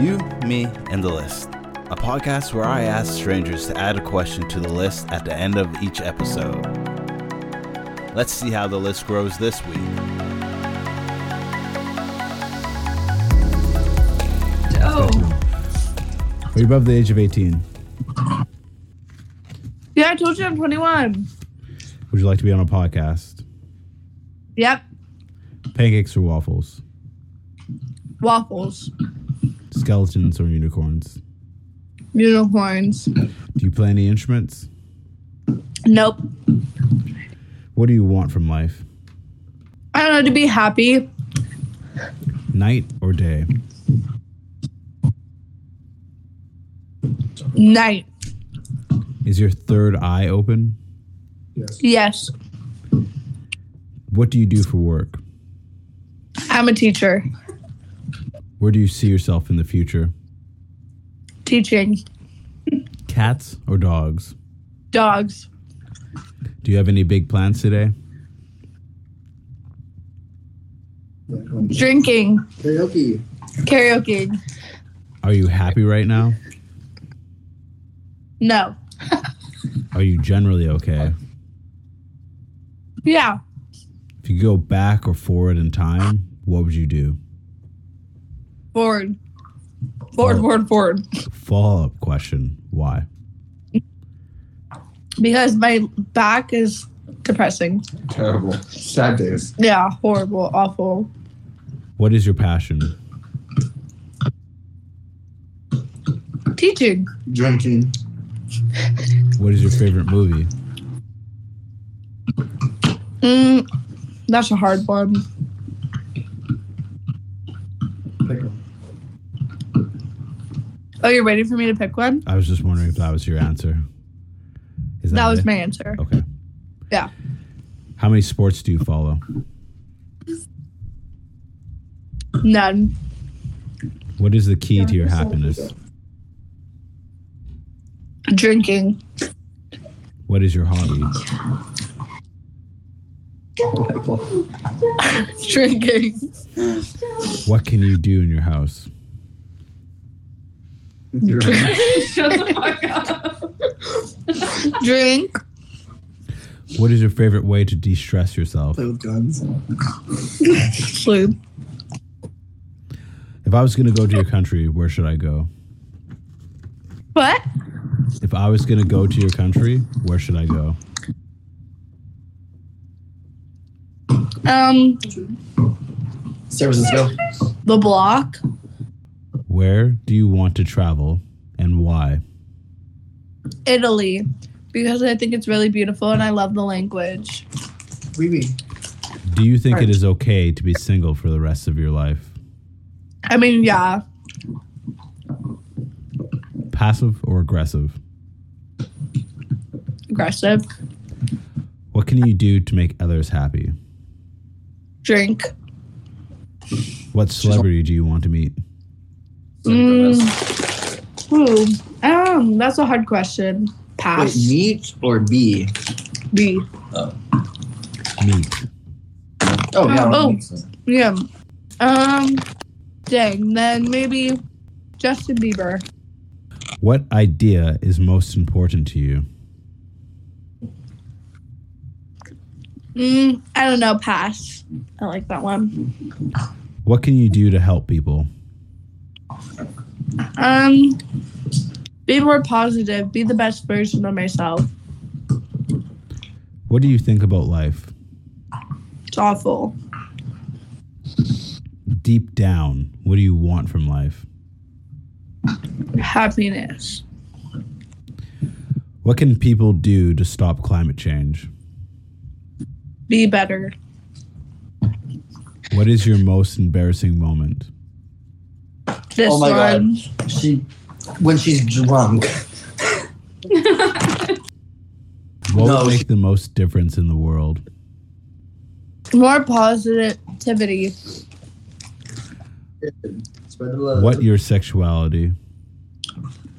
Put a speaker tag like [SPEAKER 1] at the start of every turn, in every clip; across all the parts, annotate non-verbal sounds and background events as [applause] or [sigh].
[SPEAKER 1] You, Me, and the List, a podcast where I ask strangers to add a question to the list at the end of each episode. Let's see how the list grows this week.
[SPEAKER 2] Oh,
[SPEAKER 3] Are you above the age of 18?
[SPEAKER 2] yeah, I told you I'm 21.
[SPEAKER 3] Would you like to be on a podcast?
[SPEAKER 2] Yep.
[SPEAKER 3] Pancakes or waffles?
[SPEAKER 2] Waffles,
[SPEAKER 3] Skeletons or unicorns?
[SPEAKER 2] unicorns.
[SPEAKER 3] Do you play any instruments?
[SPEAKER 2] Nope.
[SPEAKER 3] What do you want from life?
[SPEAKER 2] I don't know, to be happy.
[SPEAKER 3] Night or day?
[SPEAKER 2] Night.
[SPEAKER 3] Is your third eye open?
[SPEAKER 2] Yes.
[SPEAKER 3] What do you do for work?
[SPEAKER 2] I'm a teacher.
[SPEAKER 3] Where do you see yourself in the future?
[SPEAKER 2] Teaching
[SPEAKER 3] Cats or dogs?
[SPEAKER 2] dogs.
[SPEAKER 3] Do you have any big plans today?
[SPEAKER 2] Drinking.
[SPEAKER 4] Karaoke.
[SPEAKER 2] Karaoke.
[SPEAKER 3] Are you happy right now?
[SPEAKER 2] No.
[SPEAKER 3] Are you generally okay?
[SPEAKER 2] Yeah.
[SPEAKER 3] If you could go back or forward in time, what would you do?
[SPEAKER 2] Forward. Forward, forward, forward.
[SPEAKER 3] Follow up question Why?
[SPEAKER 2] Because my back is depressing.
[SPEAKER 4] Terrible. Sad days.
[SPEAKER 2] Yeah. Horrible. Awful.
[SPEAKER 3] What is your passion?
[SPEAKER 2] Teaching.
[SPEAKER 4] Drinking.
[SPEAKER 3] What is your favorite movie?
[SPEAKER 2] Mm, that's a hard one. Oh, you're waiting for me to pick one?
[SPEAKER 3] I was just wondering if that was your answer. Is
[SPEAKER 2] That was
[SPEAKER 3] it?
[SPEAKER 2] my answer.
[SPEAKER 3] Okay.
[SPEAKER 2] Yeah.
[SPEAKER 3] How many sports do you follow?
[SPEAKER 2] None.
[SPEAKER 3] What is the key to your happiness?
[SPEAKER 2] Drinking.
[SPEAKER 3] What is your hobby?
[SPEAKER 2] Drinking.
[SPEAKER 3] What can you do in your house?
[SPEAKER 2] [laughs]
[SPEAKER 5] Shut the fuck up.
[SPEAKER 2] Drink.
[SPEAKER 3] What is your favorite way to de stress yourself?
[SPEAKER 4] Play with guns.
[SPEAKER 2] Sleep.
[SPEAKER 3] If I was going to go to your country, where should I go?
[SPEAKER 2] What?
[SPEAKER 3] If I was going to go to your country, where should I go?
[SPEAKER 2] Um,
[SPEAKER 4] Servicesville.
[SPEAKER 2] the block.
[SPEAKER 3] Where do you want to travel and why?
[SPEAKER 2] Italy. Because I think it's really beautiful and I love the language.
[SPEAKER 4] Wee wee.
[SPEAKER 3] Do you think it is okay to be single for the rest of your life?
[SPEAKER 2] I mean, yeah.
[SPEAKER 3] Passive or aggressive?
[SPEAKER 2] Aggressive.
[SPEAKER 3] What can you do to make others happy?
[SPEAKER 2] Drink.
[SPEAKER 3] What celebrity do you want to meet?
[SPEAKER 2] Mm. Ooh. Um, that's a hard question.
[SPEAKER 4] Wait,
[SPEAKER 2] Pass.
[SPEAKER 4] meat or B?
[SPEAKER 2] B.
[SPEAKER 3] Meet.
[SPEAKER 4] Oh, yeah.
[SPEAKER 2] Oh. Yeah. Um, dang. Then maybe Justin Bieber.
[SPEAKER 3] What idea is most important to you?
[SPEAKER 2] Mm, I don't know. Pass. I like that one.
[SPEAKER 3] What can you do to help people?
[SPEAKER 2] Um, be more positive. Be the best version of myself.
[SPEAKER 3] What do you think about life?
[SPEAKER 2] It's awful.
[SPEAKER 3] Deep down, what do you want from life?
[SPEAKER 2] Happiness.
[SPEAKER 3] What can people do to stop climate change?
[SPEAKER 2] Be better.
[SPEAKER 3] What is your most embarrassing moment?
[SPEAKER 2] This
[SPEAKER 4] Oh my God.
[SPEAKER 2] one.
[SPEAKER 4] She, when she's drunk.
[SPEAKER 3] What
[SPEAKER 4] No,
[SPEAKER 3] would
[SPEAKER 4] she-
[SPEAKER 3] make the most difference in the world?
[SPEAKER 2] More positivity.
[SPEAKER 4] Spread the love.
[SPEAKER 3] What your sexuality?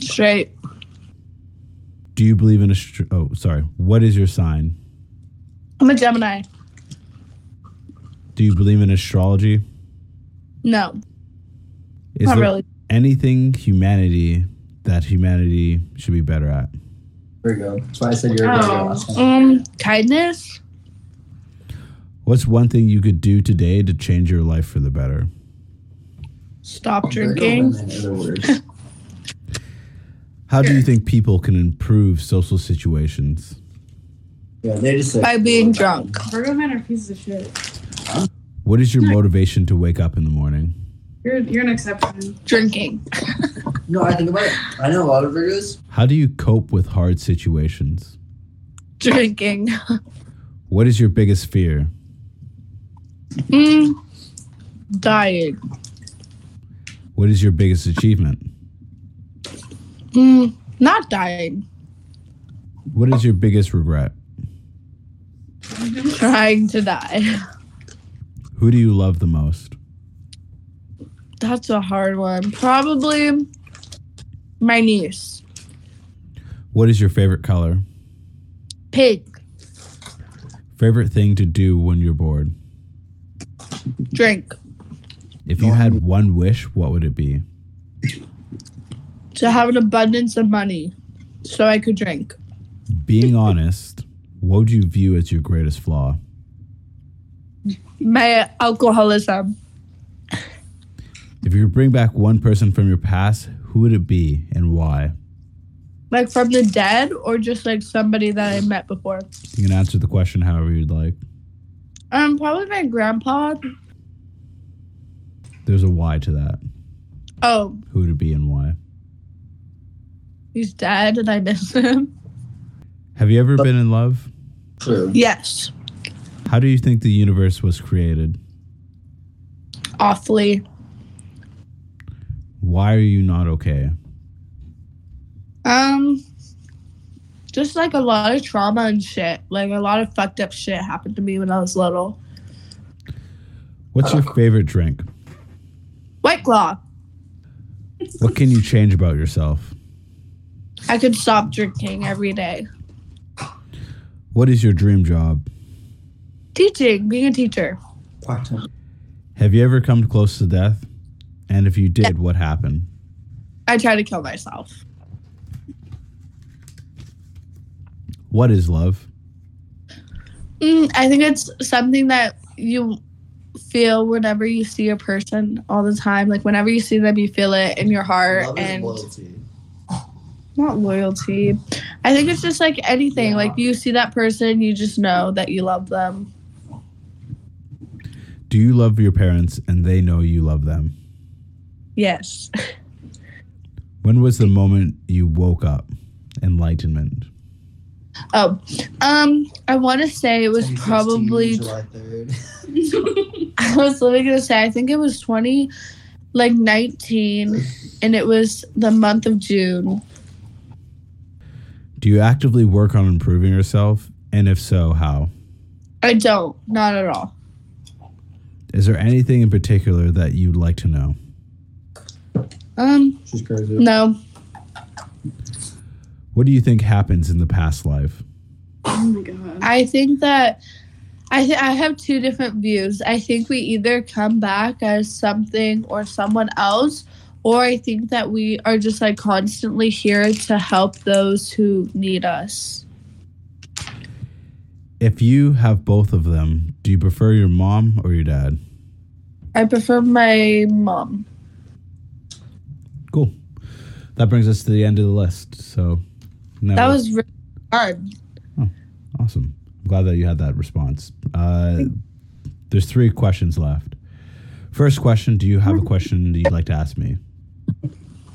[SPEAKER 2] Straight.
[SPEAKER 3] Do you believe in a? Str- oh, sorry. What is your sign?
[SPEAKER 2] I'm a Gemini.
[SPEAKER 3] Do you believe in astrology?
[SPEAKER 2] No,
[SPEAKER 3] Is
[SPEAKER 2] not
[SPEAKER 3] there
[SPEAKER 2] really.
[SPEAKER 3] anything humanity that humanity should be better at?
[SPEAKER 4] There you go. That's why I said you're a
[SPEAKER 5] Oh.
[SPEAKER 4] regular awesome.
[SPEAKER 2] Um, kindness.
[SPEAKER 3] What's one thing you could do today to change your life for the better?
[SPEAKER 4] Oh
[SPEAKER 2] Stop Mm. drinking.
[SPEAKER 4] In other words,
[SPEAKER 3] How do you think people can improve social situations?
[SPEAKER 4] yeah, they just said
[SPEAKER 2] By being drunk.
[SPEAKER 5] Virgo men are pieces of shit.
[SPEAKER 3] What is your motivation to wake up in the morning?
[SPEAKER 5] You're you're an exception.
[SPEAKER 2] Drinking. [laughs]
[SPEAKER 4] No, I think about it. I know a lot of Virgos.
[SPEAKER 3] How do you cope with hard situations?
[SPEAKER 2] Drinking.
[SPEAKER 3] What is your biggest fear?
[SPEAKER 2] Mm, dying.
[SPEAKER 3] What is your biggest achievement?
[SPEAKER 2] Mm, not dying.
[SPEAKER 3] What is your biggest regret?
[SPEAKER 2] Trying to die.
[SPEAKER 3] Who do you love the most?
[SPEAKER 2] That's a hard one. Probably my niece.
[SPEAKER 3] What is your favorite color?
[SPEAKER 2] Pig.
[SPEAKER 3] Favorite thing to do when you're bored?
[SPEAKER 2] Drink.
[SPEAKER 3] If you had one wish, what would it be?
[SPEAKER 2] To have an abundance of money so I could drink.
[SPEAKER 3] Being honest, what would you view as your greatest flaw?
[SPEAKER 2] My alcoholism.
[SPEAKER 3] If you could bring back one person from your past, who would it be and why?
[SPEAKER 2] Like from the dead or just like somebody that I met before.
[SPEAKER 3] You can answer the question however you'd like.
[SPEAKER 2] Um, probably my grandpa.
[SPEAKER 3] There's a why to that.
[SPEAKER 2] Oh,
[SPEAKER 3] Who would it be and why?
[SPEAKER 2] he's dead and I miss him. [laughs]
[SPEAKER 3] Have you ever been in love?
[SPEAKER 4] True.
[SPEAKER 2] Yes.
[SPEAKER 3] How do you think the universe was created?
[SPEAKER 2] Awfully.
[SPEAKER 3] Why are you not okay?
[SPEAKER 2] Um, just like a lot of trauma and shit. Like a lot of fucked up shit happened to me when I was little.
[SPEAKER 3] What's your favorite drink?
[SPEAKER 2] White Claw.
[SPEAKER 3] What can you change about yourself?
[SPEAKER 2] I could stop drinking every day.
[SPEAKER 3] What is your dream job?
[SPEAKER 2] Teaching, being a teacher.
[SPEAKER 4] Part-time.
[SPEAKER 3] Have you ever come close to death? And if you did, what happened?
[SPEAKER 2] I tried to kill myself.
[SPEAKER 3] What is love?
[SPEAKER 2] Mm, I think it's something that you feel whenever you see a person all the time. Like whenever you see them, you feel it in your heart
[SPEAKER 4] Love is
[SPEAKER 2] and
[SPEAKER 4] loyalty.
[SPEAKER 2] not loyalty. I think it's just like anything.
[SPEAKER 4] Yeah.
[SPEAKER 2] Like you see that person, you just know that you love them.
[SPEAKER 3] Do you love your parents and they know you love them?
[SPEAKER 2] Yes.
[SPEAKER 3] When was the moment you woke up? Enlightenment.
[SPEAKER 2] Oh, um, I want to say it was
[SPEAKER 4] 2016,
[SPEAKER 2] probably
[SPEAKER 4] July 3rd.
[SPEAKER 2] [laughs] I was literally gonna say I think it was twenty, like nineteen, and it was the month of June.
[SPEAKER 3] Do you actively work on improving yourself? And if so, how?
[SPEAKER 2] I don't, not at all.
[SPEAKER 3] Is there anything in particular that you'd like to know?
[SPEAKER 2] Um,
[SPEAKER 4] She's crazy.
[SPEAKER 2] no,
[SPEAKER 3] What do you think happens in the past life?
[SPEAKER 5] Oh my god.
[SPEAKER 2] I think that I th- I have two different views. I think we either come back as something or someone else, or I think that we are just like constantly here to help those who need us.
[SPEAKER 3] If you have both of them, do you prefer your mom or your dad?
[SPEAKER 2] I prefer my mom.
[SPEAKER 3] Cool. That brings us to the end of the list. So now
[SPEAKER 2] That
[SPEAKER 3] we-
[SPEAKER 2] was really hard.
[SPEAKER 3] Awesome. I'm glad that you had that response. Uh, there's three questions left. First question Do you have a question that you'd like to ask me?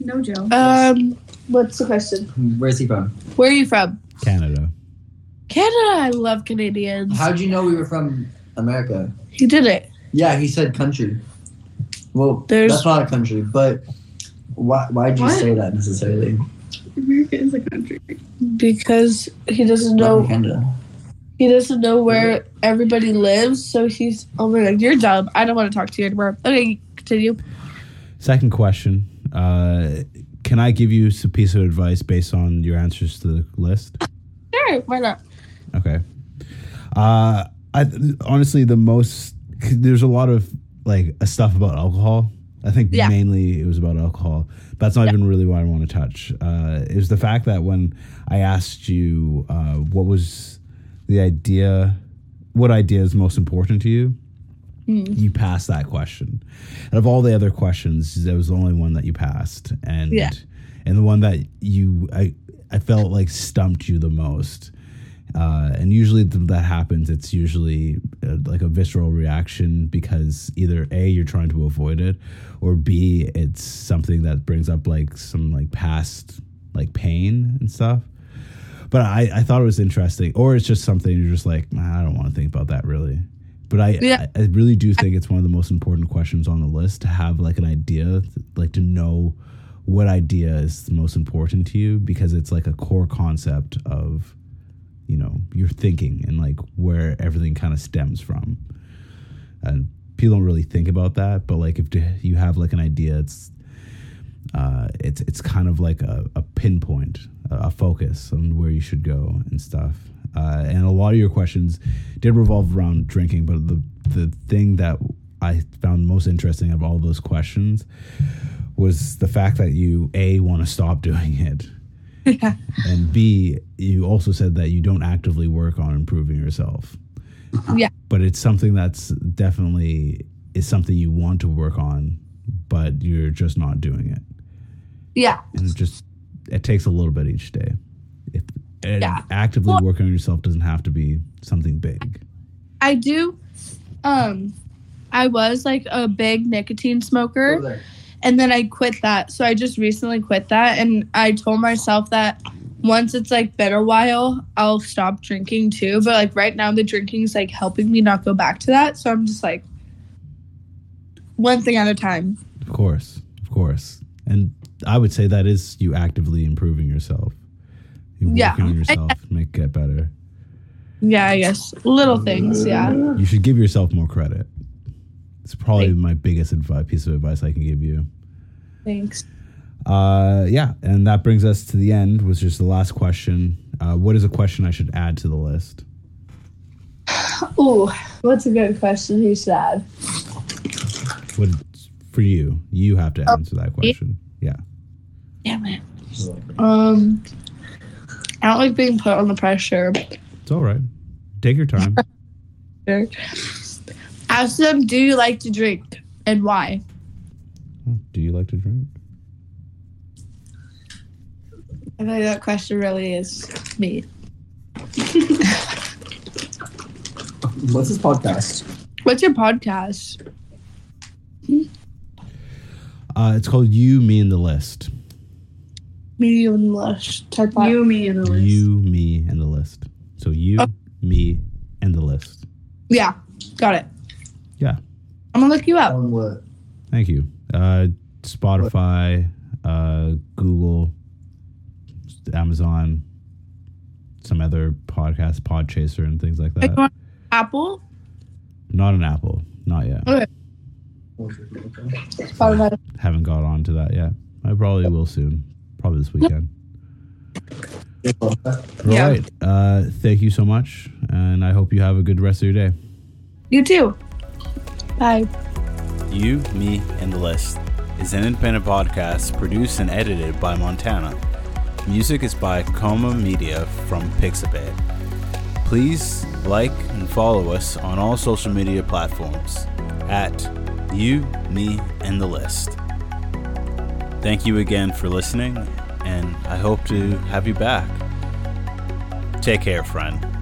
[SPEAKER 5] No Joe.
[SPEAKER 2] Um, what's the question?
[SPEAKER 4] Where's he from?
[SPEAKER 2] Where are you from?
[SPEAKER 3] Canada.
[SPEAKER 2] Canada. I love Canadians.
[SPEAKER 4] How'd you know we were from America?
[SPEAKER 2] he did it.
[SPEAKER 4] Yeah, he said country. Well,
[SPEAKER 2] There's-
[SPEAKER 4] that's not a country, but why? Why'd you
[SPEAKER 5] What?
[SPEAKER 4] say that necessarily?
[SPEAKER 5] America is a country.
[SPEAKER 2] because he doesn't
[SPEAKER 4] Not from
[SPEAKER 2] know
[SPEAKER 4] Canada.
[SPEAKER 2] he doesn't know where everybody lives so he's oh my god you're dumb i don't want to talk to you anymore okay continue
[SPEAKER 3] Second question uh, Can I give you a piece of advice based on your answers to the list?
[SPEAKER 2] sure why not
[SPEAKER 3] Okay. Uh, I honestly the most there's a lot of like stuff about alcohol. I think
[SPEAKER 2] Yeah.
[SPEAKER 3] mainly it was about alcohol. That's not
[SPEAKER 2] Yeah.
[SPEAKER 3] even really what I want to touch. Uh, it was the fact that when I asked you uh, what was the idea, what idea is most important to you,
[SPEAKER 2] Mm.
[SPEAKER 3] you passed that question. Out of all the other questions, that was the only one that you passed, and
[SPEAKER 2] Yeah.
[SPEAKER 3] and the one that you I I felt like stumped you the most. Uh, and usually th- that happens. It's usually uh, like a visceral reaction because either a you're trying to avoid it, or b it's something that brings up like some like past like pain and stuff. But I, I thought it was interesting, or it's just something you're just like "Nah, I don't want to think about that really. But I,
[SPEAKER 2] Yeah.
[SPEAKER 3] I I really do think it's one of the most important questions on the list to have like an idea, like to know what idea is the most important to you because it's like a core concept of you know your thinking and like where everything kind of stems from and people don't really think about that but like if you have like an idea it's uh it's it's kind of like a, a pinpoint a focus on where you should go and stuff uh, and a lot of your questions did revolve around drinking but the the thing that i found most interesting of all those questions was the fact that you a want to stop doing it
[SPEAKER 2] Yeah.
[SPEAKER 3] and B, you also said that you don't actively work on improving yourself.
[SPEAKER 2] Uh-huh. Yeah.
[SPEAKER 3] But it's something that's definitely is something you want to work on, but you're just not doing it.
[SPEAKER 2] Yeah.
[SPEAKER 3] And it just it takes a little bit each day. If and
[SPEAKER 2] Yeah.
[SPEAKER 3] actively
[SPEAKER 2] Well-
[SPEAKER 3] working on yourself doesn't have to be something big.
[SPEAKER 2] I do. Um, I was like a big nicotine smoker.
[SPEAKER 4] Go there.
[SPEAKER 2] and then I quit that. So I just recently quit that, and I told myself that once it's like been a while, I'll stop drinking too. But like right now, the drinking's like helping me not go back to that. So I'm just like one thing at a time.
[SPEAKER 3] Of course. Of course. And I would say that is you actively improving yourself. You're
[SPEAKER 2] Yeah.
[SPEAKER 3] working on yourself, make it better.
[SPEAKER 2] Yeah, I guess little things. Yeah,
[SPEAKER 3] You should give yourself more credit. It's probably
[SPEAKER 2] Thank-
[SPEAKER 3] my biggest advice, piece of advice I can give you.
[SPEAKER 2] thanks.
[SPEAKER 3] Uh, yeah, and that brings us to the end, which is the last question. Uh, what is a question I should add to the list?
[SPEAKER 2] Ooh, what's a good question he should add?
[SPEAKER 3] What for you? You have to answer that question. Yeah,
[SPEAKER 2] Damn it. Um, I don't like being put on the pressure.
[SPEAKER 3] it's all right. Take your time.
[SPEAKER 2] Ask them, do you like to drink and why?
[SPEAKER 3] Do you like to drink?
[SPEAKER 2] I think that question really is me.
[SPEAKER 4] What's this podcast?
[SPEAKER 2] What's your podcast?
[SPEAKER 3] Uh, it's called You, Me, and the List.
[SPEAKER 2] Medium list type of-
[SPEAKER 5] You, me, and the list.
[SPEAKER 3] You, Me, and the List. So you,
[SPEAKER 2] Oh.
[SPEAKER 3] me, and the list.
[SPEAKER 2] Yeah, got it.
[SPEAKER 3] Yeah.
[SPEAKER 2] I'm gonna look you up.
[SPEAKER 4] On what?
[SPEAKER 3] Thank you. Uh, Spotify, uh, Google, Amazon, some other podcast, Podchaser, and things like
[SPEAKER 2] Like,
[SPEAKER 3] that.
[SPEAKER 2] on Apple,
[SPEAKER 3] Not an Apple, not yet.
[SPEAKER 2] Spotify.
[SPEAKER 3] Haven't got on to that yet. I probably will soon. Probably this weekend.
[SPEAKER 2] Yeah.
[SPEAKER 3] All right. Uh, thank you so much, and I hope you have a good rest of your day.
[SPEAKER 2] You too. Bye.
[SPEAKER 1] You, Me, and the List is an independent podcast produced and edited by Montana. Music is by Coma Media from Pixabay. Please like and follow us on all social media platforms at You, Me, and the List. Thank you again for listening, and I hope to have you back. Take care, friend.